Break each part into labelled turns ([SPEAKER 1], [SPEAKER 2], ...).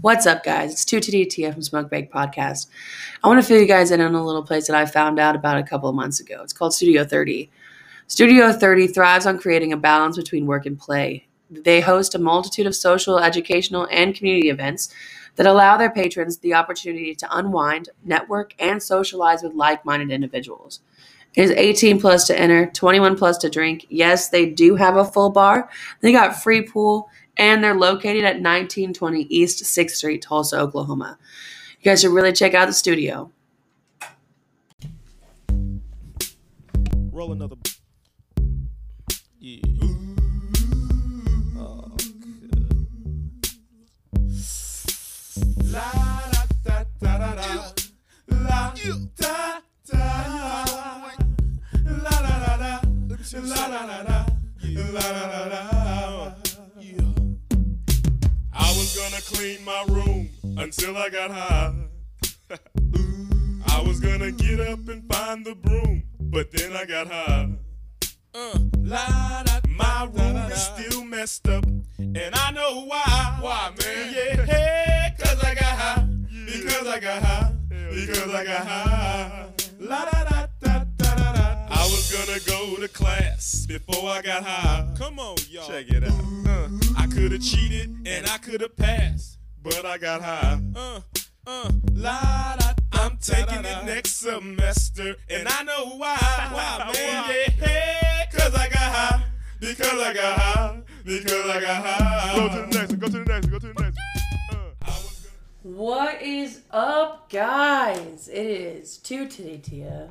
[SPEAKER 1] What's up, guys? It's 2TDTF from Smoke Bag Podcast. I want to fill you guys in on a little place that I found out about a couple of months ago. It's called Studio 30. Studio 30 thrives on creating a balance between work and play. They host a multitude of social, educational, and community events that allow their patrons the opportunity to unwind, network, and socialize with like minded individuals. It is 18 plus to enter, 21 plus to drink. Yes, they do have a full bar. They got free pool, and they're located at 1920 East 6th Street, Tulsa, Oklahoma. You guys should really check out the studio.
[SPEAKER 2] Roll another. Yeah. Oh, good.
[SPEAKER 3] La da da da da La da da La la la la La la la la La la la la I was gonna clean my room until I got high. I was gonna get up and find the broom, but then I got high. Uh, la, da, my room is still messed up, and I know why. Why, man? Yeah, hey, cause I got high. Because I got high. Because I got high. La da da da da da da. I was gonna go to class before I got high. Come on, y'all. Check it out. Uh, I could have cheated and I could have passed, but I got high. Uh, uh, la da. I'm taking it next semester, and I know why. Why, man? Yeah, hey, cause I got high. Because I got high. Because I got high. Go to the next one. Go to the next one. Go to the next one. Uh, I was gonna-
[SPEAKER 1] What is up, guys? It is 2TDTF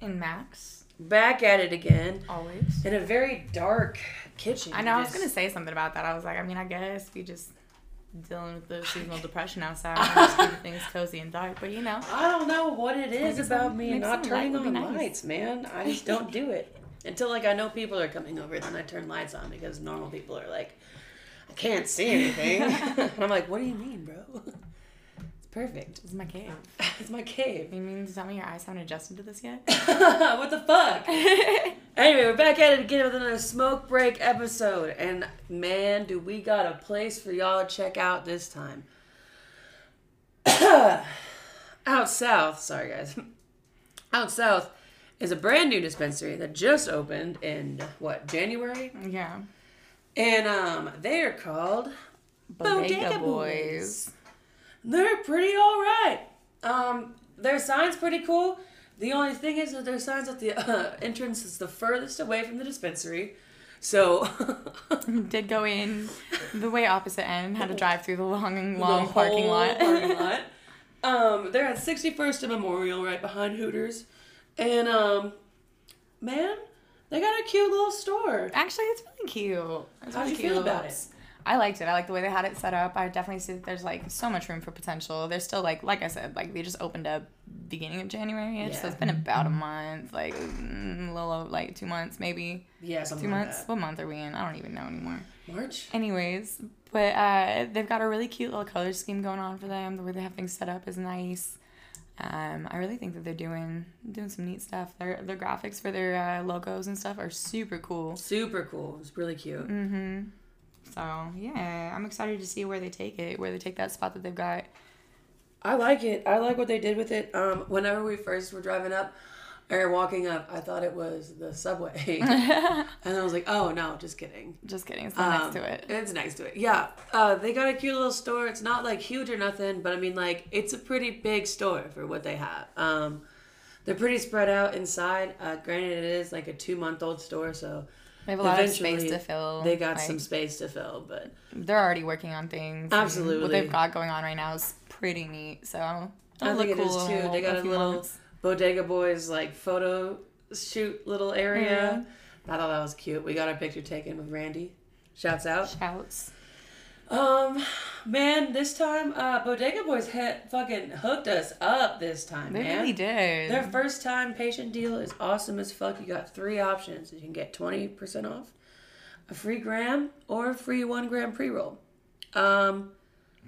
[SPEAKER 4] And Max,
[SPEAKER 1] back at it again
[SPEAKER 4] always.
[SPEAKER 1] in a very dark kitchen.
[SPEAKER 4] I know I was
[SPEAKER 1] Just-
[SPEAKER 4] gonna say something about that. I was like, I mean, I guess we just dealing with the seasonal depression outside. and just keep things cozy and dark, but you know,
[SPEAKER 1] I don't know what it is
[SPEAKER 4] Make
[SPEAKER 1] about
[SPEAKER 4] some-
[SPEAKER 1] me
[SPEAKER 4] make
[SPEAKER 1] not
[SPEAKER 4] some
[SPEAKER 1] turning
[SPEAKER 4] light
[SPEAKER 1] on
[SPEAKER 4] would be nice.
[SPEAKER 1] lights, man. I just don't do it until like I know people are coming over. Then I turn lights on because normal people are like, I can't see anything. and I'm like, what do you mean, bro? It's perfect.
[SPEAKER 4] this is my cave.
[SPEAKER 1] It's my cave.
[SPEAKER 4] You mean to tell me your eyes haven't adjusted to this yet?
[SPEAKER 1] what the fuck? Anyway, we're back at it again with another smoke break episode, and man, do we got a place for y'all to check out this time. Out south, sorry guys. Out south is a brand new dispensary that just opened in what January,
[SPEAKER 4] yeah.
[SPEAKER 1] and um, they are called Bodega Boys. they're pretty all right. Um, their sign's pretty cool. The only thing is that their signs at the uh, entrance is the furthest away from the dispensary. So
[SPEAKER 4] Did go in the way opposite end, had to drive through the long, long
[SPEAKER 1] Oh. the
[SPEAKER 4] parking
[SPEAKER 1] whole
[SPEAKER 4] lot.
[SPEAKER 1] parking lot. Um, they're at 61st and Memorial, right behind Hooters, and um, man, they got a cute little store.
[SPEAKER 4] Actually, it's really cute. It's
[SPEAKER 1] How'd
[SPEAKER 4] really
[SPEAKER 1] you feel
[SPEAKER 4] cute.
[SPEAKER 1] about it?
[SPEAKER 4] I liked it. I like the way they had it set up. I definitely see that there's like so much room for potential. They're still like, like I said, like they just opened up beginning of January, so
[SPEAKER 1] Yeah. Mm-hmm.
[SPEAKER 4] it's been about a month, like mm, a little over, like two months maybe.
[SPEAKER 1] Yeah, something
[SPEAKER 4] Two
[SPEAKER 1] like
[SPEAKER 4] months. What month are we in? I don't even know anymore.
[SPEAKER 1] that. March.
[SPEAKER 4] Anyways, but uh, they've got a really cute little color scheme going on for them. The way they have things set up is nice. Um, I really think that they're doing doing some neat stuff. Their their graphics for their uh, logos and stuff are super cool.
[SPEAKER 1] Super cool. It's really cute.
[SPEAKER 4] So yeah, I'm excited to see where they take it, where they take that spot that they've got.
[SPEAKER 1] I like it. I like what they did with it. Um, whenever we first were driving up or walking up, I thought it was the subway, and I was like, "Oh no, just kidding."
[SPEAKER 4] Just kidding, it's not next
[SPEAKER 1] Um,
[SPEAKER 4] to it.
[SPEAKER 1] It's next to it. Yeah, uh, they got a cute little store. It's not like huge or nothing, but I mean, like it's a pretty big store for what they have. Um, they're pretty spread out inside. Uh, granted, it is like a two-month-old store, so
[SPEAKER 4] They have a lot of space
[SPEAKER 1] eventually
[SPEAKER 4] to fill.
[SPEAKER 1] They got
[SPEAKER 4] like,
[SPEAKER 1] some space to fill, but
[SPEAKER 4] They're already working on things. and What
[SPEAKER 1] Absolutely.
[SPEAKER 4] they've got going on right now is pretty neat. So it'll
[SPEAKER 1] I
[SPEAKER 4] look
[SPEAKER 1] think it is
[SPEAKER 4] cool
[SPEAKER 1] too.
[SPEAKER 4] in
[SPEAKER 1] They
[SPEAKER 4] little-
[SPEAKER 1] got a
[SPEAKER 4] few
[SPEAKER 1] little
[SPEAKER 4] months.
[SPEAKER 1] Bodega Boys like photo shoot little area. I thought that was cute. We got our picture taken with Randy. Shouts out.
[SPEAKER 4] shouts.
[SPEAKER 1] Um, man, this time uh, Bodega Boys hit, fucking hooked us up this time,
[SPEAKER 4] They
[SPEAKER 1] man.
[SPEAKER 4] really did.
[SPEAKER 1] Their first time patient deal is awesome as fuck. You got three options. You can get 20% off, a free gram, or a free one gram pre roll. Um,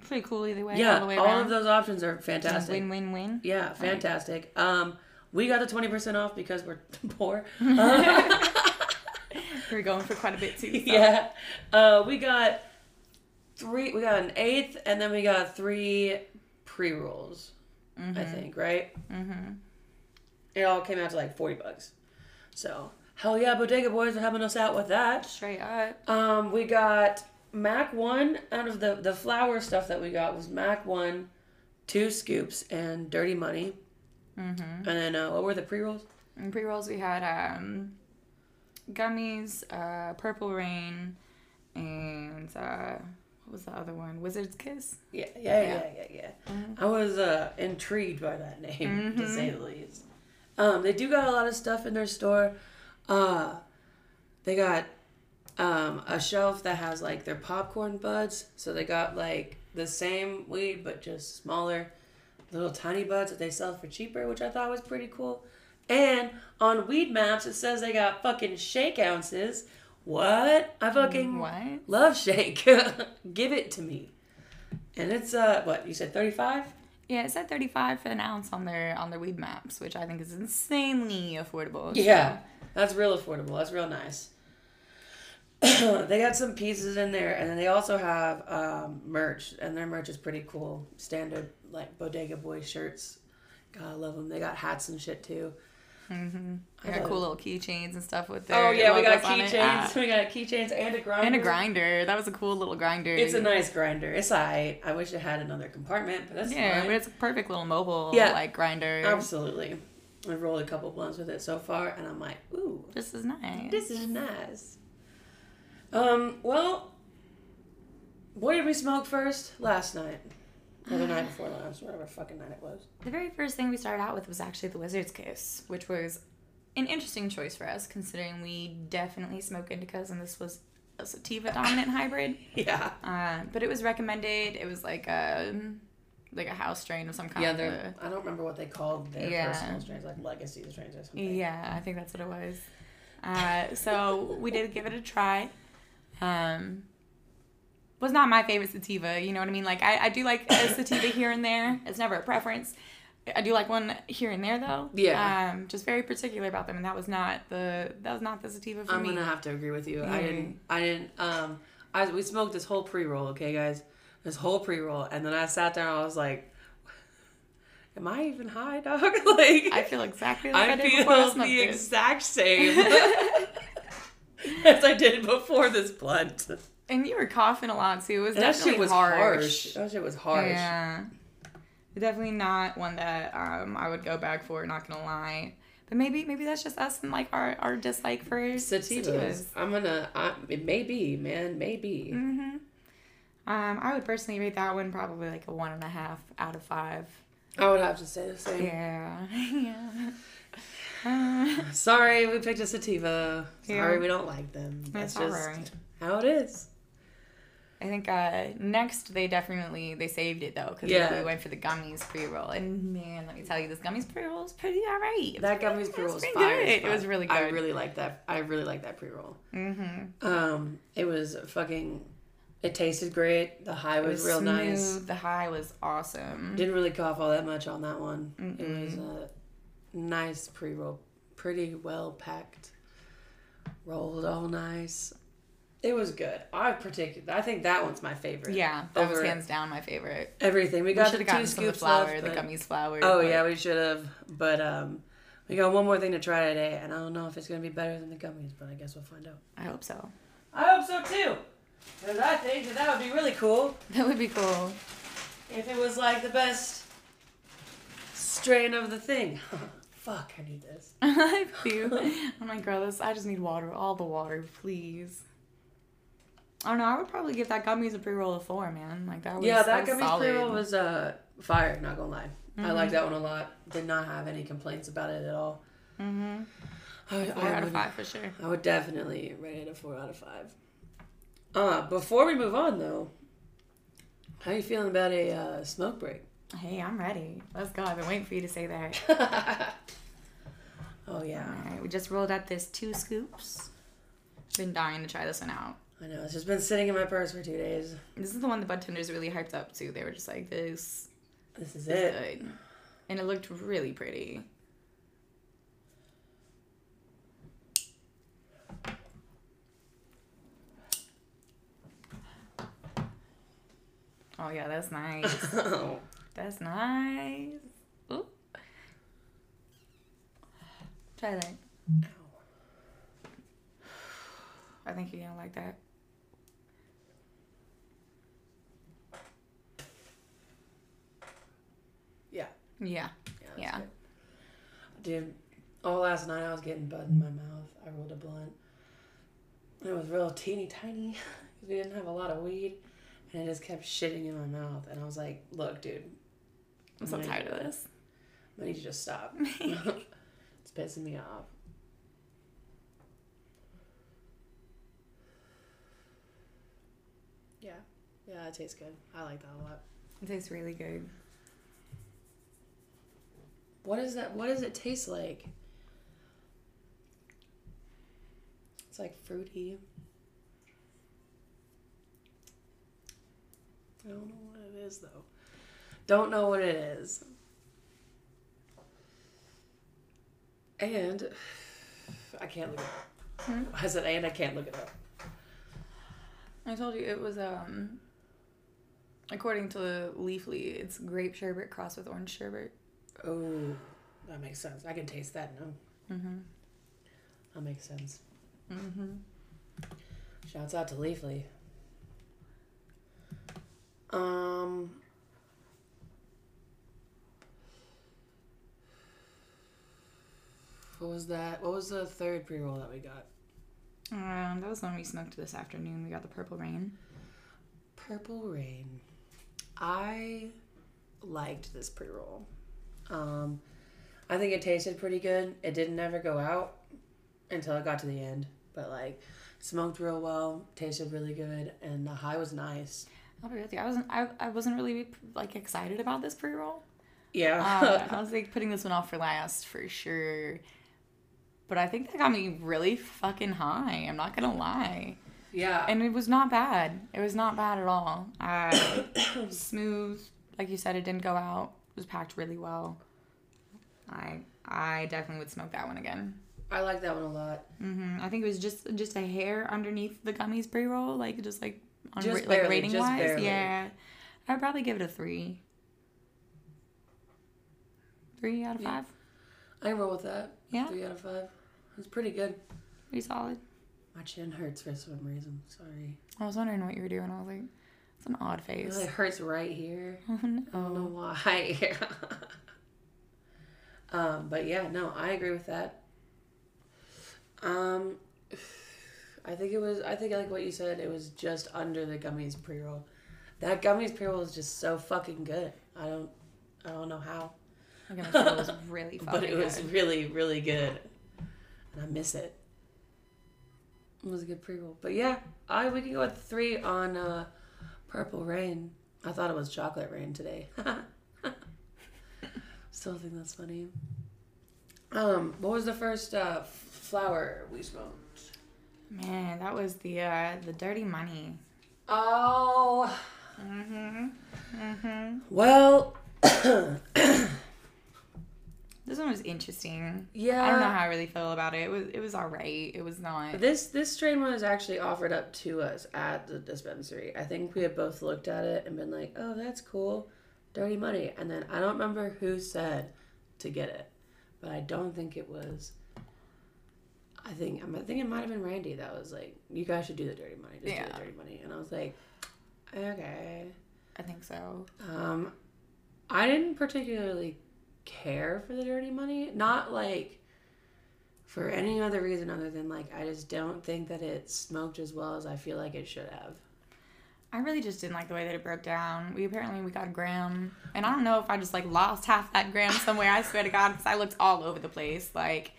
[SPEAKER 4] pretty cool either way.
[SPEAKER 1] yeah,
[SPEAKER 4] all the way
[SPEAKER 1] all,
[SPEAKER 4] around.
[SPEAKER 1] of those options are fantastic.
[SPEAKER 4] Win win win.
[SPEAKER 1] Yeah, fantastic. Um, we got the twenty percent off because we're poor.
[SPEAKER 4] We're going for quite a bit too. so.
[SPEAKER 1] yeah, uh, we got three. We got an eighth, and then we got three pre rolls. I think right. Mm-hmm. It all came out to like forty bucks. So hell yeah, Bodega Boys are helping us out with that.
[SPEAKER 4] Straight up.
[SPEAKER 1] Um, we got Mac one out of the the flour stuff that we got was Mac one, two scoops and Dirty Money, mm-hmm. and then uh, what were the pre rolls?
[SPEAKER 4] And pre rolls we had um, gummies, uh, purple rain, and uh, what was the other one? Wizard's kiss.
[SPEAKER 1] Yeah, yeah, yeah, yeah, yeah. I was uh, intrigued by that name to say the least. Um, they do got a lot of stuff in their store. Uh, they got um, a shelf that has like their popcorn buds. So they got like the same weed but just smaller, little tiny buds that they sell for cheaper, which I thought was pretty cool. And on Weed Maps, it says they got fucking shake ounces. What? I fucking
[SPEAKER 4] What?
[SPEAKER 1] love shake. Give it to me. And it's uh, what you said, thirty-five?
[SPEAKER 4] Yeah, it said 35 for an ounce on their on their weed maps, which I think is insanely affordable.
[SPEAKER 1] Yeah, that's real affordable. That's real nice. they got some pieces in there, and then they also have um, merch, and their merch is pretty cool. Standard like Bodega Boy shirts. God, I love them. They got hats and shit too.
[SPEAKER 4] So they got Mm-hmm. cool little keychains and stuff with their
[SPEAKER 1] Oh yeah, we got
[SPEAKER 4] logos on it. Ah,
[SPEAKER 1] keychains. We got keychains and a grinder.
[SPEAKER 4] and a grinder. That was a cool little grinder.
[SPEAKER 1] It's a nice grinder. It's I. I wish it had another compartment, but that's
[SPEAKER 4] yeah,
[SPEAKER 1] fine.
[SPEAKER 4] but it's a perfect little mobile
[SPEAKER 1] Yeah.
[SPEAKER 4] like grinder.
[SPEAKER 1] Absolutely. I've rolled a couple blunts with it so far, and I'm like, ooh,
[SPEAKER 4] This is nice.
[SPEAKER 1] This is nice. Um, well, what did we smoke first? Last night. Or the night before last, whatever fucking night it was.
[SPEAKER 4] The very first thing we started out with was actually the Wizard's Kiss, which was an interesting choice for us, considering we definitely smoke indicas and this was a sativa dominant hybrid.
[SPEAKER 1] Yeah.
[SPEAKER 4] Uh, but it was recommended. It was like a like a house strain of some kind.
[SPEAKER 1] Yeah,
[SPEAKER 4] Uh,
[SPEAKER 1] they're, I don't remember what they called their
[SPEAKER 4] Yeah.
[SPEAKER 1] personal strains, like legacy strains or something.
[SPEAKER 4] Yeah, I think that's what it was. Uh, so we did give it a try. Um, was not my favorite sativa. You know what I mean? Like I, I do like a sativa here and there. It's never a preference. I do like one here and there though.
[SPEAKER 1] Yeah.
[SPEAKER 4] Um, just very particular about them, and that was not the that was not the sativa for
[SPEAKER 1] I'm
[SPEAKER 4] me.
[SPEAKER 1] gonna have to agree with you. I didn't. I didn't. Um, I we smoked this whole pre roll, okay, guys, this whole pre roll, and then I sat down. I was like, "Am I even high, dog?" like,
[SPEAKER 4] I feel exactly like I,
[SPEAKER 1] I
[SPEAKER 4] did before I
[SPEAKER 1] feel
[SPEAKER 4] smoked
[SPEAKER 1] the
[SPEAKER 4] this.
[SPEAKER 1] exact same as I did before this blunt.
[SPEAKER 4] and you were coughing a lot too. It was
[SPEAKER 1] That
[SPEAKER 4] definitely
[SPEAKER 1] shit was
[SPEAKER 4] harsh.
[SPEAKER 1] harsh. That shit was harsh.
[SPEAKER 4] Yeah. Definitely not one that um, I would go back for, not gonna lie. But maybe maybe that's just us and like our, our dislike for
[SPEAKER 1] Sativas.
[SPEAKER 4] sativas. Mm.
[SPEAKER 1] I'm gonna. I, it may be, man. Maybe.
[SPEAKER 4] Um, I would personally rate that one probably like a one and a half out of five.
[SPEAKER 1] I would have to say the same.
[SPEAKER 4] Yeah. yeah.
[SPEAKER 1] Sorry, we picked a sativa. Sorry,
[SPEAKER 4] Yeah.
[SPEAKER 1] we don't like them. That's
[SPEAKER 4] That's
[SPEAKER 1] just
[SPEAKER 4] alright.
[SPEAKER 1] how it is.
[SPEAKER 4] I think uh, next they definitely they saved it though because
[SPEAKER 1] Yeah.
[SPEAKER 4] we went for the gummies pre roll and man let me tell you this gummies pre roll is pretty alright.
[SPEAKER 1] That gummy
[SPEAKER 4] It
[SPEAKER 1] pre roll was
[SPEAKER 4] pretty
[SPEAKER 1] fire.
[SPEAKER 4] good.
[SPEAKER 1] as
[SPEAKER 4] It was
[SPEAKER 1] fuck.
[SPEAKER 4] really
[SPEAKER 1] I
[SPEAKER 4] good.
[SPEAKER 1] really like that. I really like that pre roll. Mm-hmm. Um, it was fucking. It tasted great. The high was, real nice.
[SPEAKER 4] smooth. The high was awesome.
[SPEAKER 1] Didn't really cough all that much on that one. It was a nice pre roll, pretty well packed, rolled all nice. It was good. I particular. I think that one's my favorite.
[SPEAKER 4] Yeah, that was
[SPEAKER 1] Over
[SPEAKER 4] hands down my favorite.
[SPEAKER 1] Everything we
[SPEAKER 4] We
[SPEAKER 1] got
[SPEAKER 4] should
[SPEAKER 1] the
[SPEAKER 4] have
[SPEAKER 1] two
[SPEAKER 4] gotten some of
[SPEAKER 1] scoops
[SPEAKER 4] the flour,
[SPEAKER 1] left,
[SPEAKER 4] the
[SPEAKER 1] but-
[SPEAKER 4] gummies flour.
[SPEAKER 1] Oh
[SPEAKER 4] but-
[SPEAKER 1] yeah, we should have. But um, we got one more thing to try today, and I don't know if it's gonna be better than the gummies, but I guess we'll find out.
[SPEAKER 4] I hope so.
[SPEAKER 1] I hope so too, because I think that that would be really cool
[SPEAKER 4] That would be cool.
[SPEAKER 1] if it was like the best strain of the thing. Fuck, I need this.
[SPEAKER 4] I feel. I'm like, girl, this. I just need water, all the water, please. I don't know. I would probably give that gummies a pre-roll of four, man. Like that was
[SPEAKER 1] Yeah, that
[SPEAKER 4] was
[SPEAKER 1] gummies pre roll
[SPEAKER 4] solid. Mm-hmm.
[SPEAKER 1] was uh, fire. Not gonna lie, I like that one a lot. Did not have any complaints about it at all. Mm-hmm.
[SPEAKER 4] four out of five for sure.
[SPEAKER 1] I would definitely rate it a four out of five. Uh, before we move on though, how you feeling about a uh, smoke break?
[SPEAKER 4] Hey, I'm ready. Let's go. I've been waiting for you to say that.
[SPEAKER 1] Oh yeah,
[SPEAKER 4] all right, we just rolled up this two scoops. Been dying to try this one out.
[SPEAKER 1] I know it's just been sitting in my purse for two days.
[SPEAKER 4] This is the one the bud tenders really hyped up too. They were just like, this
[SPEAKER 1] This is
[SPEAKER 4] is
[SPEAKER 1] it.
[SPEAKER 4] good, and it looked really pretty. Oh yeah, that's nice.
[SPEAKER 1] Oh.
[SPEAKER 4] that's nice. Ooh. Try that. I think you're gonna like that.
[SPEAKER 1] yeah.
[SPEAKER 4] Yeah.
[SPEAKER 1] that's
[SPEAKER 4] Yeah.
[SPEAKER 1] good. Dude, all last night I was getting bud in my mouth. I rolled a blunt. It was real teeny tiny 'cause we didn't have a lot of weed, and it just kept shitting in my mouth. And I was like, "Look, dude,
[SPEAKER 4] I'm so
[SPEAKER 1] Nice.
[SPEAKER 4] tired of this.
[SPEAKER 1] I need you to just stop. it's pissing me off." Yeah, yeah, it tastes good. I like that a lot.
[SPEAKER 4] It tastes really good.
[SPEAKER 1] What is that? What does it taste like? It's like fruity. I don't know what it is though. Don't know what it is. And I can't look it up. I said, and I can't look it up.
[SPEAKER 4] I told you it was um according to Leafly, it's grape sherbet crossed with orange sherbet.
[SPEAKER 1] Oh, that makes sense. I can taste that now.
[SPEAKER 4] Mm-hmm.
[SPEAKER 1] That makes sense.
[SPEAKER 4] Mm-hmm.
[SPEAKER 1] Shouts out to Leafly. Um. What was that? What was the third pre roll that we got?
[SPEAKER 4] Um, that was the one we smoked this afternoon. We got the purple rain.
[SPEAKER 1] Purple Rain. I liked this pre roll. Um, I think it tasted pretty good. It didn't ever go out until it got to the end, but like smoked real well, tasted really good, and the high was nice.
[SPEAKER 4] I'll be with you. Oh, I wasn't. I, I wasn't really like excited about this pre-roll.
[SPEAKER 1] Yeah.
[SPEAKER 4] Uh, I was like putting this one off for last for sure. But I think that got me really fucking high. I'm not gonna lie.
[SPEAKER 1] yeah.
[SPEAKER 4] And it was not bad. It was not bad at all. Uh, smooth, like you said, it didn't go out. It was packed really well. I I definitely would smoke that one again.
[SPEAKER 1] I like that one a lot.
[SPEAKER 4] hmm I think it was just just a hair underneath the gummies pre roll, like just like on
[SPEAKER 1] Just
[SPEAKER 4] ra-
[SPEAKER 1] barely,
[SPEAKER 4] like rating
[SPEAKER 1] just
[SPEAKER 4] wise.
[SPEAKER 1] barely.
[SPEAKER 4] Yeah, I'd probably give it a three. Three out of
[SPEAKER 1] Yeah.
[SPEAKER 4] five.
[SPEAKER 1] I can roll with that.
[SPEAKER 4] Yeah.
[SPEAKER 1] Three out of five. It's pretty good.
[SPEAKER 4] Pretty solid.
[SPEAKER 1] My chin hurts for some reason. Sorry.
[SPEAKER 4] I was wondering what you were doing. I was like, it's an odd
[SPEAKER 1] It
[SPEAKER 4] face.
[SPEAKER 1] really hurts right here.
[SPEAKER 4] Oh
[SPEAKER 1] I don't know
[SPEAKER 4] no.
[SPEAKER 1] why. um, but yeah, no, I agree with that. Um I think it was I think like what you said, it was just under the gummies pre roll. That gummies pre roll is just so fucking good. I don't I don't know how.
[SPEAKER 4] Okay, my shadow was really fucking
[SPEAKER 1] but it was
[SPEAKER 4] good.
[SPEAKER 1] really, really good. And I miss it. It was a good pre-roll. But yeah, I we can go with three on uh, Purple Rain. I thought it was Chocolate Rain today. Still think that's funny. Um, what was the first uh, f- flower we smoked?
[SPEAKER 4] Man, that was the uh, the dirty money.
[SPEAKER 1] Oh,
[SPEAKER 4] Mm-hmm. Mm-hmm.
[SPEAKER 1] well,
[SPEAKER 4] This one was interesting.
[SPEAKER 1] yeah.
[SPEAKER 4] I don't know how I really feel about it. It was it was alright. It was not.
[SPEAKER 1] This this strain was actually offered up to us at the dispensary. I think we had both looked at it and been like, "Oh, that's cool, dirty money." And then I don't remember who said to get it, but I don't think it was. I think I think it might have been Randy that was like, "You guys should do the dirty money, just do
[SPEAKER 4] Yeah.
[SPEAKER 1] the dirty money." And I was like, "Okay."
[SPEAKER 4] I think so.
[SPEAKER 1] Um, I didn't particularly care for the dirty money. Not like for any other reason other than like I just don't think that it smoked as well as I feel like it should have.
[SPEAKER 4] I really just didn't like the way that it broke down. We apparently we got a gram, and I don't know if I just like lost half that gram somewhere. I swear to God, because I looked all over the place. Like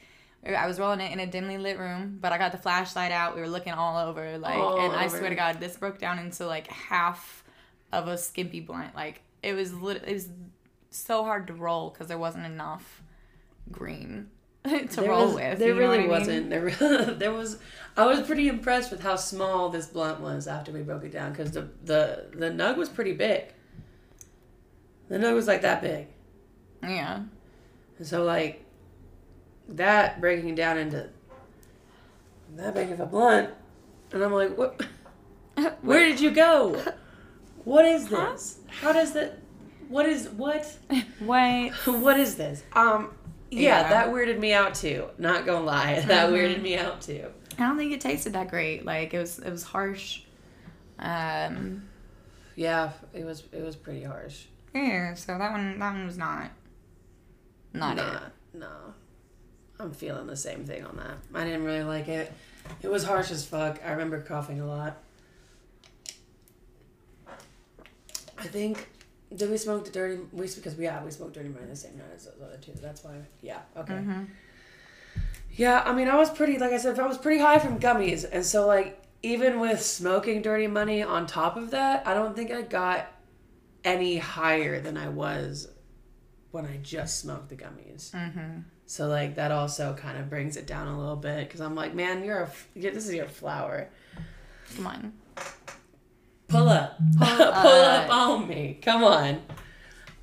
[SPEAKER 4] I was rolling it in a dimly lit room, but I got the flashlight out. We were looking all over, like,
[SPEAKER 1] All
[SPEAKER 4] and I
[SPEAKER 1] over.
[SPEAKER 4] swear to God, this broke down into like half of a skimpy blunt. Like it was lit. It was so hard to roll because there wasn't enough green to
[SPEAKER 1] there
[SPEAKER 4] roll
[SPEAKER 1] was-
[SPEAKER 4] with.
[SPEAKER 1] There
[SPEAKER 4] you know
[SPEAKER 1] really
[SPEAKER 4] what I
[SPEAKER 1] wasn't.
[SPEAKER 4] mean?
[SPEAKER 1] There, re- there was. I was pretty impressed with how small this blunt was after we broke it down because the the the nug was pretty big. The nug was like that big.
[SPEAKER 4] Yeah.
[SPEAKER 1] And so like that breaking it down into that big of a blunt, and I'm like, what? Where did you go? What is this? How does that? What is what?
[SPEAKER 4] What?
[SPEAKER 1] What is this? Um, yeah, Mm-hmm.
[SPEAKER 4] Yeah.
[SPEAKER 1] that weirded me out too. Not gonna lie, that weirded me out too.
[SPEAKER 4] I don't think it tasted that great. Like it was, it was harsh. Um,
[SPEAKER 1] Yeah, it was it was pretty harsh.
[SPEAKER 4] yeah. So that one, that one was not, not
[SPEAKER 1] Nah,
[SPEAKER 4] it.
[SPEAKER 1] no, I'm feeling the same thing on that. I didn't really like it. It was harsh as fuck. I remember coughing a lot. I think did we smoke the dirty? We because we yeah we smoked dirty money the same night as those other two. That's why yeah okay.
[SPEAKER 4] Mm-hmm.
[SPEAKER 1] Yeah, I mean, I was pretty, like I said, I was pretty high from gummies. And so, like, even with smoking dirty money on top of that, I don't think I got any higher than I was when I just smoked the gummies. Mm-hmm. So, like, that also kind of brings it down a little bit because I'm like, man, you're a, f- yeah, this is your flower.
[SPEAKER 4] Come on.
[SPEAKER 1] Pull up. Mm-hmm. Pull, up on me. Come on.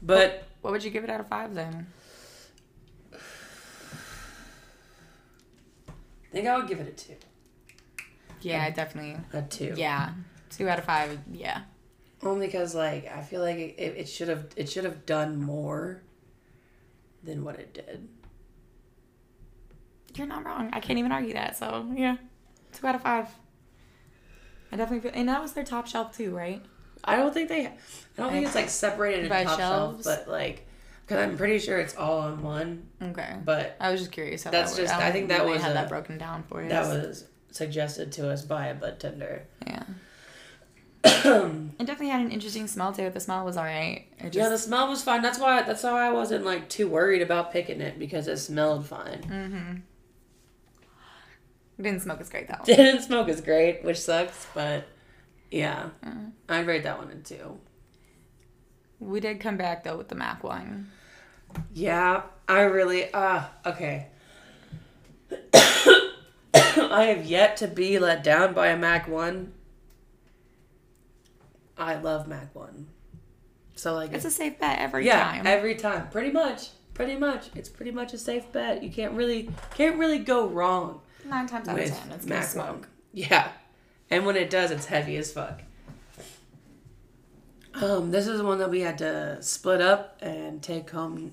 [SPEAKER 1] But
[SPEAKER 4] What would you give it out of five then?
[SPEAKER 1] I think I would give it a two.
[SPEAKER 4] Yeah, definitely.
[SPEAKER 1] A two.
[SPEAKER 4] Yeah, two out of five. Yeah.
[SPEAKER 1] Only because like I feel like it, it should have it should have done more than what it did.
[SPEAKER 4] You're not wrong. I can't even argue that. So yeah, two out of five. I definitely feel, and that was their top shelf too, right?
[SPEAKER 1] I don't think they. I don't think it's like separated in
[SPEAKER 4] By
[SPEAKER 1] top
[SPEAKER 4] shelves?
[SPEAKER 1] shelf, but like because I'm pretty sure it's all on one.
[SPEAKER 4] Okay.
[SPEAKER 1] But
[SPEAKER 4] I was just curious. How
[SPEAKER 1] That's
[SPEAKER 4] that worked.
[SPEAKER 1] just-
[SPEAKER 4] don't
[SPEAKER 1] I think that
[SPEAKER 4] really
[SPEAKER 1] was
[SPEAKER 4] had
[SPEAKER 1] a-
[SPEAKER 4] that broken down for you.
[SPEAKER 1] that was suggested to us by a bud tender.
[SPEAKER 4] Yeah. it definitely had an interesting smell to it. The smell was alright. It just,
[SPEAKER 1] yeah, the smell was fine. That's why. That's why I wasn't like too worried about picking it because it smelled fine.
[SPEAKER 4] Mm. didn't smoke as great though.
[SPEAKER 1] Didn't smoke is great, which sucks, but yeah,
[SPEAKER 4] Mm.
[SPEAKER 1] I'd rate that one a two.
[SPEAKER 4] We did come back though with the Mac one.
[SPEAKER 1] Yeah, I really uh okay. I have yet to be let down by a Mac 1. I love Mac 1. So like
[SPEAKER 4] It's a safe bet every
[SPEAKER 1] yeah,
[SPEAKER 4] time.
[SPEAKER 1] every time. Pretty much. Pretty much. It's pretty much a safe bet. You can't really can't really go wrong
[SPEAKER 4] Nine times out of
[SPEAKER 1] with
[SPEAKER 4] ten, it's gonna
[SPEAKER 1] Mac
[SPEAKER 4] smoke.
[SPEAKER 1] 1. Yeah. And when it does, it's heavy as fuck. Um, this is the one that we had to split up and take home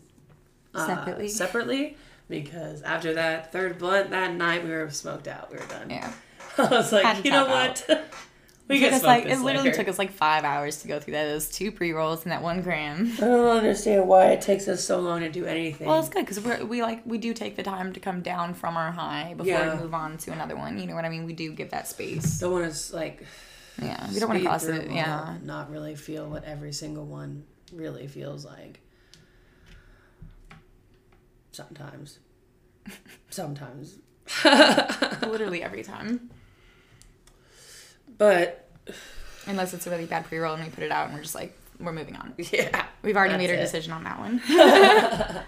[SPEAKER 1] uh,
[SPEAKER 4] Separately.
[SPEAKER 1] separately because after that third blunt that night we were smoked out. We were done.
[SPEAKER 4] Yeah.
[SPEAKER 1] I was like,
[SPEAKER 4] Had to
[SPEAKER 1] you know
[SPEAKER 4] tap
[SPEAKER 1] what? we
[SPEAKER 4] It
[SPEAKER 1] could
[SPEAKER 4] took us
[SPEAKER 1] smoke
[SPEAKER 4] like
[SPEAKER 1] this
[SPEAKER 4] it literally
[SPEAKER 1] later.
[SPEAKER 4] took us like five hours to go through that. Those two pre rolls and that one gram.
[SPEAKER 1] I don't understand why it takes us so long to do anything.
[SPEAKER 4] Well, it's good because we we like we do take the time to come down from our high before
[SPEAKER 1] Yeah.
[SPEAKER 4] we move on to another one. You know what I mean? We do give that space.
[SPEAKER 1] the one is like
[SPEAKER 4] Yeah, we don't want to
[SPEAKER 1] speed
[SPEAKER 4] cross
[SPEAKER 1] through
[SPEAKER 4] it.
[SPEAKER 1] all
[SPEAKER 4] Yeah,
[SPEAKER 1] and not really feel what every single one really feels like. Sometimes. Sometimes.
[SPEAKER 4] literally every time.
[SPEAKER 1] But
[SPEAKER 4] Unless it's a really bad pre roll and we put it out and we're just like we're moving on.
[SPEAKER 1] yeah.
[SPEAKER 4] We've already
[SPEAKER 1] That's
[SPEAKER 4] made our
[SPEAKER 1] it.
[SPEAKER 4] decision on that one.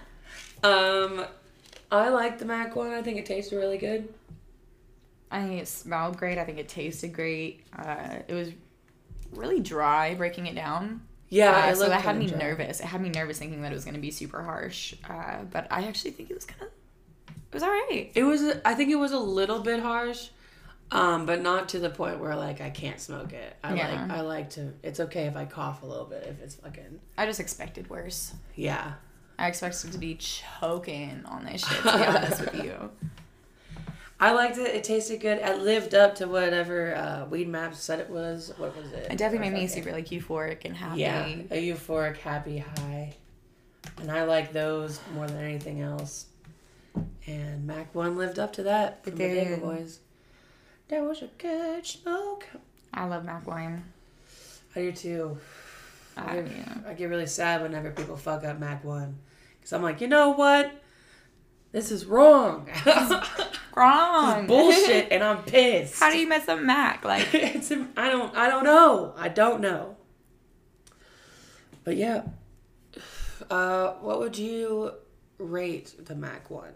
[SPEAKER 1] Um I like the Mac one. I think it tasted really good.
[SPEAKER 4] I think it smelled great. I think it tasted great. Uh, it was really dry breaking it down.
[SPEAKER 1] Yeah,
[SPEAKER 4] Uh,
[SPEAKER 1] it
[SPEAKER 4] so
[SPEAKER 1] looked
[SPEAKER 4] that had me
[SPEAKER 1] kinda dry.
[SPEAKER 4] nervous. It had me nervous thinking that it was going to be super harsh. Uh, but I actually think it was kind of, it was all right.
[SPEAKER 1] It was I think it was a little bit harsh. Um, but not to the point where like I can't smoke it. I
[SPEAKER 4] Yeah.
[SPEAKER 1] like I like to it's okay if I cough a little bit if it's fucking
[SPEAKER 4] I just expected worse.
[SPEAKER 1] yeah.
[SPEAKER 4] I expected to be choking on this shit, to be honest with you.
[SPEAKER 1] I liked it. It tasted good. It lived up to whatever uh, Weed Maps said it was. What was it?
[SPEAKER 4] It definitely
[SPEAKER 1] Or
[SPEAKER 4] made me
[SPEAKER 1] something.
[SPEAKER 4] super like euphoric and happy.
[SPEAKER 1] Yeah, a euphoric, happy high, and I like those more than anything else. And Mac One lived up to that from
[SPEAKER 4] did.
[SPEAKER 1] Bodega Boys. That was a good smoke.
[SPEAKER 4] I love Mac wine.
[SPEAKER 1] I do too.
[SPEAKER 4] Uh, yeah.
[SPEAKER 1] I get really sad whenever people fuck up Mac One, because I'm like, you know what? This is wrong.
[SPEAKER 4] Wrong.
[SPEAKER 1] Bullshit, and I'm pissed.
[SPEAKER 4] How do you mess up Mac? Like,
[SPEAKER 1] it's im- I don't I don't know. I don't know. But yeah. Uh what would you rate the Mac one?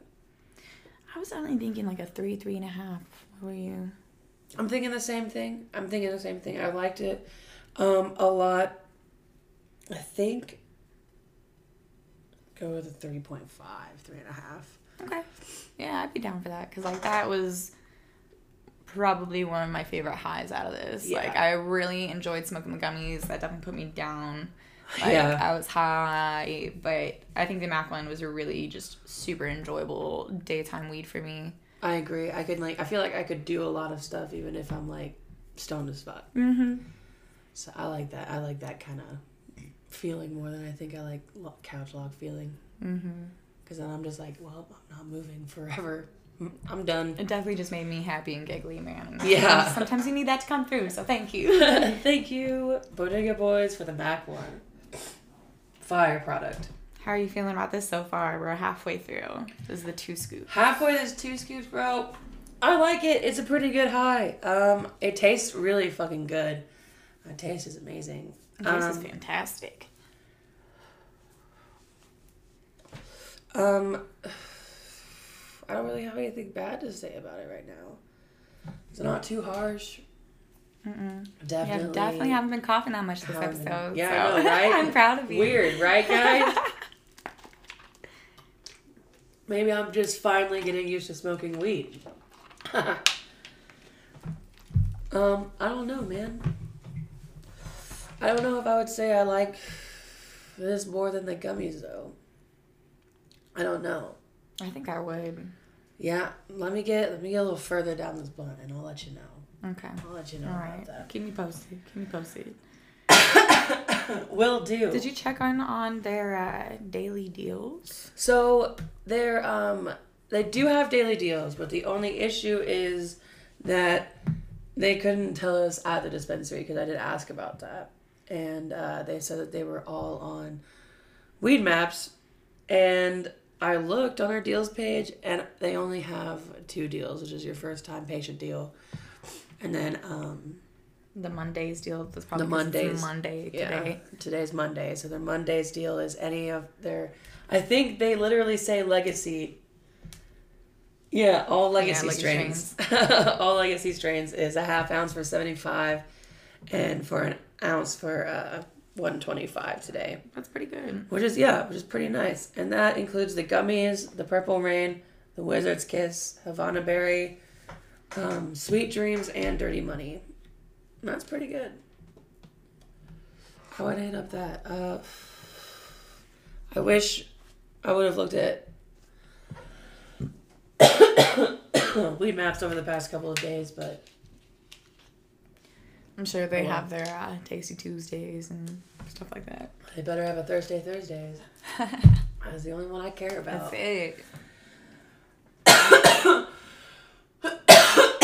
[SPEAKER 4] I was only thinking like a three, three and a half. What were you?
[SPEAKER 1] I'm thinking the same thing. I'm thinking the same thing. I liked it um a lot. I think go with a 3.5, three and a half.
[SPEAKER 4] Okay. Yeah, I'd be down for that because like that was probably one of my favorite highs out of this.
[SPEAKER 5] Yeah.
[SPEAKER 4] Like I really enjoyed smoking the gummies. That definitely put me down. Like,
[SPEAKER 1] Yeah.
[SPEAKER 4] I was high, but I think the Mac one was a really just super enjoyable daytime weed for me.
[SPEAKER 1] I agree. I could like I feel like I could do a lot of stuff even if I'm like stoned as fuck.
[SPEAKER 4] Mm-hmm.
[SPEAKER 1] So I like that. I like that kind of feeling more than I think I like lo- couch log feeling.
[SPEAKER 4] Mm-hmm.
[SPEAKER 1] Because then I'm just like, well, I'm not moving forever. I'm done.
[SPEAKER 4] It definitely just made me happy and giggly, man.
[SPEAKER 1] Yeah.
[SPEAKER 4] Sometimes you need that to come through, so thank you.
[SPEAKER 1] Thank you, Bodega Boys, for the Mac one. Fire product.
[SPEAKER 4] How are you feeling about this so far? We're halfway through. This is the two scoop.
[SPEAKER 1] Halfway there's two scoops, bro. I like it. It's a pretty good high. Um, it tastes really fucking good. The taste is amazing.
[SPEAKER 4] This
[SPEAKER 1] Um,
[SPEAKER 4] is fantastic.
[SPEAKER 1] Um, I don't really have anything bad to say about it right now. It's not too harsh.
[SPEAKER 4] Mm-mm.
[SPEAKER 1] Definitely.
[SPEAKER 4] Yeah, definitely haven't been coughing that much this
[SPEAKER 1] Haven't.
[SPEAKER 4] episode.
[SPEAKER 1] Yeah,
[SPEAKER 4] so.
[SPEAKER 1] I know, right?
[SPEAKER 4] I'm proud of you.
[SPEAKER 1] Weird, right, guys? Maybe I'm just finally getting used to smoking weed. um, I don't know, man. I don't know if I would say I like this more than the gummies, though. I don't know.
[SPEAKER 4] I think I would.
[SPEAKER 1] Yeah, let me get let me get a little further down this blunt, and I'll let you know.
[SPEAKER 4] Okay.
[SPEAKER 1] I'll let you know
[SPEAKER 4] All
[SPEAKER 1] about
[SPEAKER 4] right.
[SPEAKER 1] that.
[SPEAKER 4] Keep me posted. Keep me posted.
[SPEAKER 1] Will do.
[SPEAKER 4] Did you check on on their uh, daily deals?
[SPEAKER 1] So they're um they do have daily deals, but the only issue is that they couldn't tell us at the dispensary because I did ask about that, and uh, they said that they were all on weed maps, and I looked on our deals page and they only have two deals, which is your first time patient deal, and then um
[SPEAKER 4] The Mondays deal. That's probably
[SPEAKER 1] The
[SPEAKER 4] 'cause it's
[SPEAKER 1] Mondays.
[SPEAKER 4] Monday
[SPEAKER 1] yeah,
[SPEAKER 4] today.
[SPEAKER 1] today's Monday, so their Monday's deal is any of their. I think they literally say legacy. Yeah, all legacy
[SPEAKER 4] legacy
[SPEAKER 1] strains. all legacy strains is a half ounce for seventy five, and for an ounce for uh, one twenty five today,
[SPEAKER 4] That's pretty good.
[SPEAKER 1] which is yeah, which is pretty nice. And that includes the gummies, the purple rain, the wizard's kiss, Havana berry, um, sweet dreams, and dirty money. That's pretty good. I would hit up that. Uh, I wish I would have looked at weed maps over the past couple of days, but
[SPEAKER 4] I'm sure they
[SPEAKER 1] Yeah.
[SPEAKER 4] have their uh, Tasty Tuesdays and stuff like that.
[SPEAKER 1] they better have a Thursday Thursdays. That's the only one I care about.
[SPEAKER 4] That's it.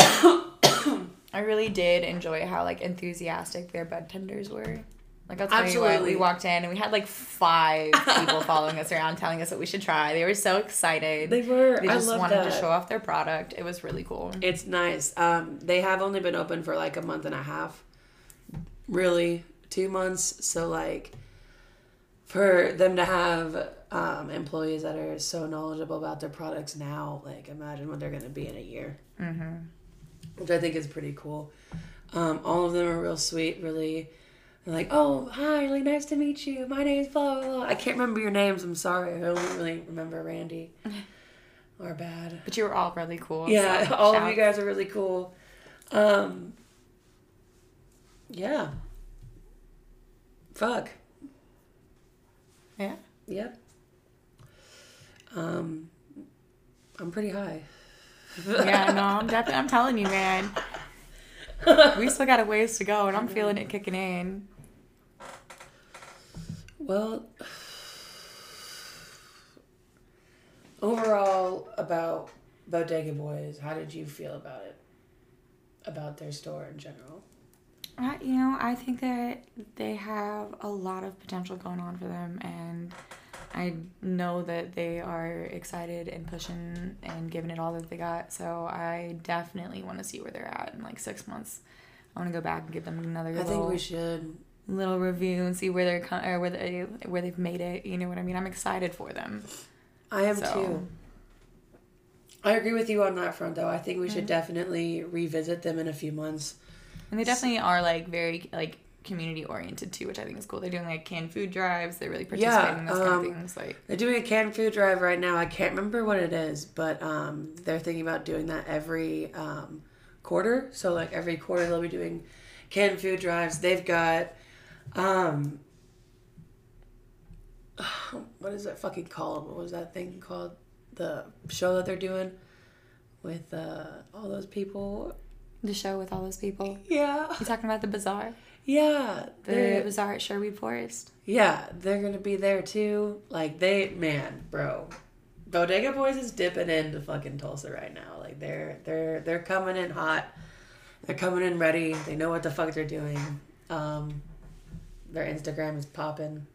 [SPEAKER 4] I really did enjoy how like enthusiastic their bartenders were. Like I'll tell you what,
[SPEAKER 1] Absolutely.
[SPEAKER 4] we walked in and we had like five people following us around, telling us what we should try. They were so excited.
[SPEAKER 1] They were.
[SPEAKER 4] They
[SPEAKER 1] I
[SPEAKER 4] just
[SPEAKER 1] love
[SPEAKER 4] wanted
[SPEAKER 1] that.
[SPEAKER 4] to show off their product. It was really cool.
[SPEAKER 1] It's nice. Um, they have only been open for like a month and a half, really two months. So like, for them to have um, employees that are so knowledgeable about their products now, like imagine what they're gonna be in a year, mm-hmm. which I think is pretty cool. Um, all of them are real sweet, really. They're like, oh hi, like nice to meet you. My name's blah blah blah. I can't remember your names. I'm sorry. I don't really remember Randy. Or bad.
[SPEAKER 4] But you were all really cool.
[SPEAKER 1] Yeah,
[SPEAKER 4] so
[SPEAKER 1] all
[SPEAKER 4] shout-
[SPEAKER 1] of you guys are really cool. Um, yeah. Fuck.
[SPEAKER 4] Yeah.
[SPEAKER 1] Yep. Um, I'm pretty high.
[SPEAKER 4] Yeah, no, I'm definitely. I'm telling you, man. We still got a ways to go, and I'm feeling it kicking in.
[SPEAKER 1] Well, overall, about Bodega Boys, how did you feel about it? About their store in general?
[SPEAKER 4] I, you know, I think that they have a lot of potential going on for them, and I know that they are excited and pushing and giving it all that they got. So I definitely want to see where they're at in like six months. I want to go back and give them another
[SPEAKER 1] I think
[SPEAKER 4] little,
[SPEAKER 1] we should.
[SPEAKER 4] little review and see where they're co- or where they where they've made it. You know what I mean? I'm excited for them.
[SPEAKER 1] I am
[SPEAKER 4] So-
[SPEAKER 1] too. I agree with you on that front, though. I think we should definitely revisit them in a few months.
[SPEAKER 4] And they definitely are like very like community oriented too, which I think is cool. They're doing like canned food drives. They're really
[SPEAKER 1] Yeah,
[SPEAKER 4] participating in those kind
[SPEAKER 1] um,
[SPEAKER 4] of things. Like
[SPEAKER 1] They're doing a canned food drive right now. I can't remember what it is, but um, they're thinking about doing that every um, quarter. So like every quarter they'll be doing canned food drives. They've got um what is that fucking called? What was that thing called? The show that they're doing with uh all those people.
[SPEAKER 4] The show with all those people.
[SPEAKER 1] Yeah.
[SPEAKER 4] You talking about the bazaar?
[SPEAKER 1] Yeah.
[SPEAKER 4] The
[SPEAKER 1] they're-
[SPEAKER 4] bazaar at Sherwood Forest.
[SPEAKER 1] Yeah, they're gonna be there too. Like they, man, bro, Bodega Boys is dipping into fucking Tulsa right now. Like they're they're they're coming in hot. They're coming in ready. They know what the fuck they're doing. Um, their Instagram is popping.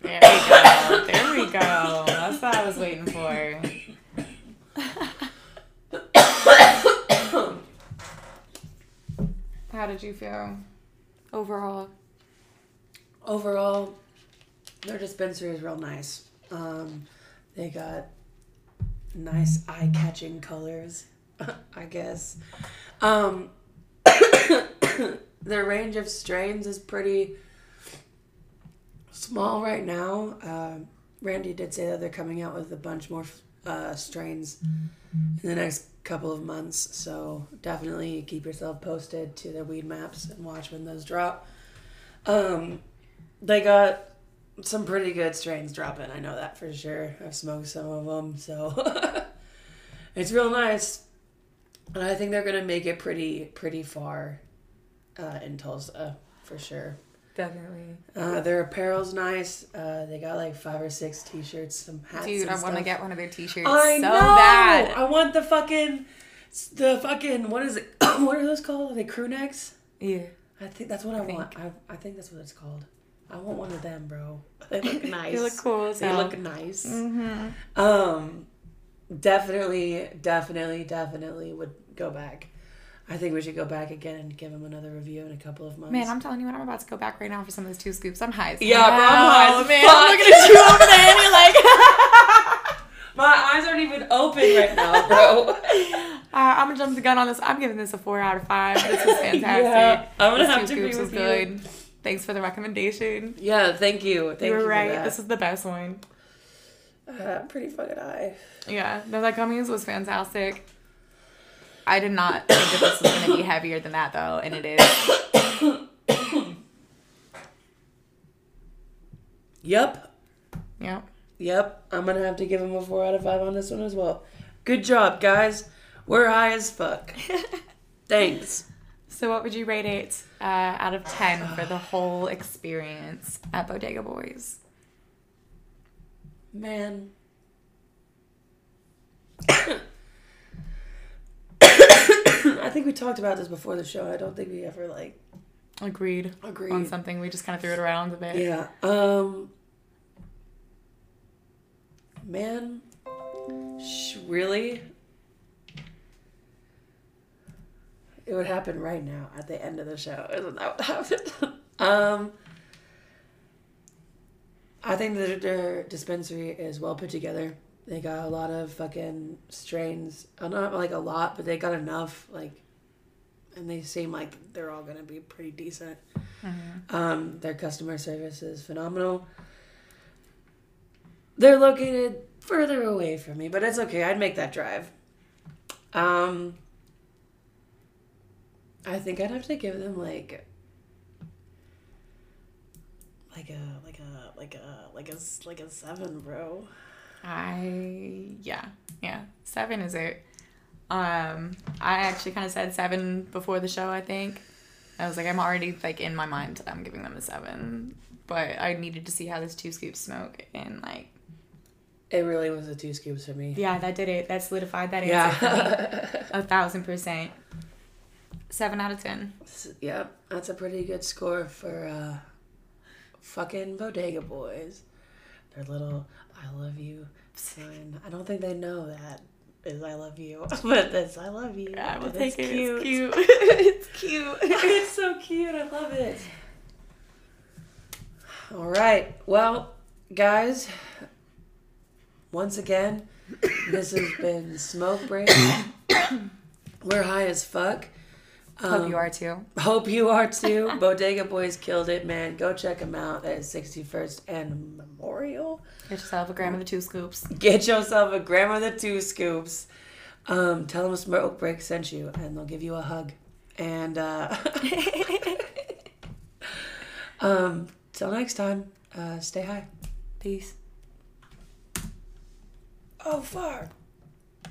[SPEAKER 4] There we go. There we go. That's what I was waiting for. How did you feel overall?
[SPEAKER 1] Overall, their dispensary is real nice. Um, they got nice eye-catching colors, I guess. Um, their range of strains is pretty small right now. Um Randy did say that they're coming out with a bunch more uh, strains in the next couple of months. So definitely keep yourself posted to their weed maps and watch when those drop. Um, they got some pretty good strains dropping. I know that for sure. I've smoked some of them, so it's real nice. And I think they're gonna make it pretty pretty far uh, in Tulsa for sure.
[SPEAKER 4] Definitely.
[SPEAKER 1] Uh, their apparel's nice. Uh, they got like five or six t-shirts, some hats.
[SPEAKER 4] Dude,
[SPEAKER 1] and
[SPEAKER 4] I want to
[SPEAKER 1] stuff.
[SPEAKER 4] get one of their t-shirts
[SPEAKER 1] I
[SPEAKER 4] so
[SPEAKER 1] know.
[SPEAKER 4] bad.
[SPEAKER 1] I want the fucking, the fucking what is it? what are those called? Are they crew necks?
[SPEAKER 4] Yeah.
[SPEAKER 1] I think that's what I, want. I, I think that's what it's called. I want one of them, bro. They look nice.
[SPEAKER 4] They look cool as
[SPEAKER 1] They
[SPEAKER 4] hell. Mm-hmm.
[SPEAKER 1] look nice. Um, definitely, definitely, definitely would go back. I think we should go back again and give them another review in a couple of months.
[SPEAKER 4] Man, I'm telling you what, I'm about to go back right now for some of those two scoops. I'm high. as
[SPEAKER 1] Yeah, bro, I'm high
[SPEAKER 4] hell,
[SPEAKER 1] as
[SPEAKER 4] man.
[SPEAKER 1] fuck.
[SPEAKER 4] I'm looking at you over there and you're like,
[SPEAKER 1] my eyes aren't even open right now, bro.
[SPEAKER 4] Uh, I'm gonna jump the gun on this. I'm giving this a four out of five. This is fantastic.
[SPEAKER 1] Yeah, I'm gonna
[SPEAKER 4] This
[SPEAKER 1] have
[SPEAKER 4] Two
[SPEAKER 1] to agree
[SPEAKER 4] Scoops is
[SPEAKER 1] with you.
[SPEAKER 4] good. Thanks for the recommendation.
[SPEAKER 1] yeah, thank you. Thank
[SPEAKER 4] you were
[SPEAKER 1] you.
[SPEAKER 4] right.
[SPEAKER 1] For
[SPEAKER 4] This
[SPEAKER 1] that.
[SPEAKER 4] is the best one.
[SPEAKER 1] Uh, I'm pretty fucking high.
[SPEAKER 4] Yeah, no, that gummies was fantastic. I did not think that this was gonna be heavier than that though, and it is.
[SPEAKER 1] Yep.
[SPEAKER 4] Yeah.
[SPEAKER 1] Yep, I'm gonna have to give him a four out of five on this one as well. Good job, guys. We're high as fuck. Thanks.
[SPEAKER 4] So, what would you rate it uh, out of ten for the whole experience at Bodega Boys?
[SPEAKER 1] Man. I think we talked about this before the show. I don't think we ever like
[SPEAKER 4] Agreed.
[SPEAKER 1] agreed.
[SPEAKER 4] On something, we just kind of threw it around a bit.
[SPEAKER 1] Yeah. Um Man. Sh- really? It would happen right now at the end of the show. Isn't that what happened? um I think that their dispensary is well put together. They got a lot of fucking strains. Uh, Not like a lot, but they got enough. Like, and they seem like they're all gonna be pretty decent. Um, their customer service is phenomenal. They're located further away from me, but it's okay. I'd make that drive. Um, I think I'd have to give them like, like a like a like a like a s- like a seven, bro.
[SPEAKER 4] I yeah yeah seven is it. Um, I actually kind of said seven before the show. I think I was like, I'm already like in my mind that I'm giving them a seven, but I needed to see how this two scoop smoke and like
[SPEAKER 1] It really was a two scoops for me.
[SPEAKER 4] yeah, that did it. That solidified that answer
[SPEAKER 1] Yeah,
[SPEAKER 4] for me. a thousand percent. Seven out of ten.
[SPEAKER 1] S- yeah, that's a pretty good score for uh, fucking Bodega Boys. Their little "I love you" sign. I don't think they know that is "I love you," but that's "I love you."
[SPEAKER 4] Yeah, I will
[SPEAKER 1] and
[SPEAKER 4] take
[SPEAKER 1] it's
[SPEAKER 4] it. It's cute. it's cute.
[SPEAKER 1] it's so cute. I love it. All right. Well, guys, once again, this has been Smoke Break. We're high as fuck.
[SPEAKER 4] Hope you are too.
[SPEAKER 1] Hope you are too. Bodega Boys killed it, man. Go check them out. That is 61st and Memorial.
[SPEAKER 4] Get yourself a gram of the two scoops.
[SPEAKER 1] Get yourself a gram of the two scoops. Um, tell them Smoke Break sent you, and they'll give you a hug. And uh, um, till next time, uh, stay high.
[SPEAKER 4] Peace.
[SPEAKER 1] Oh, far.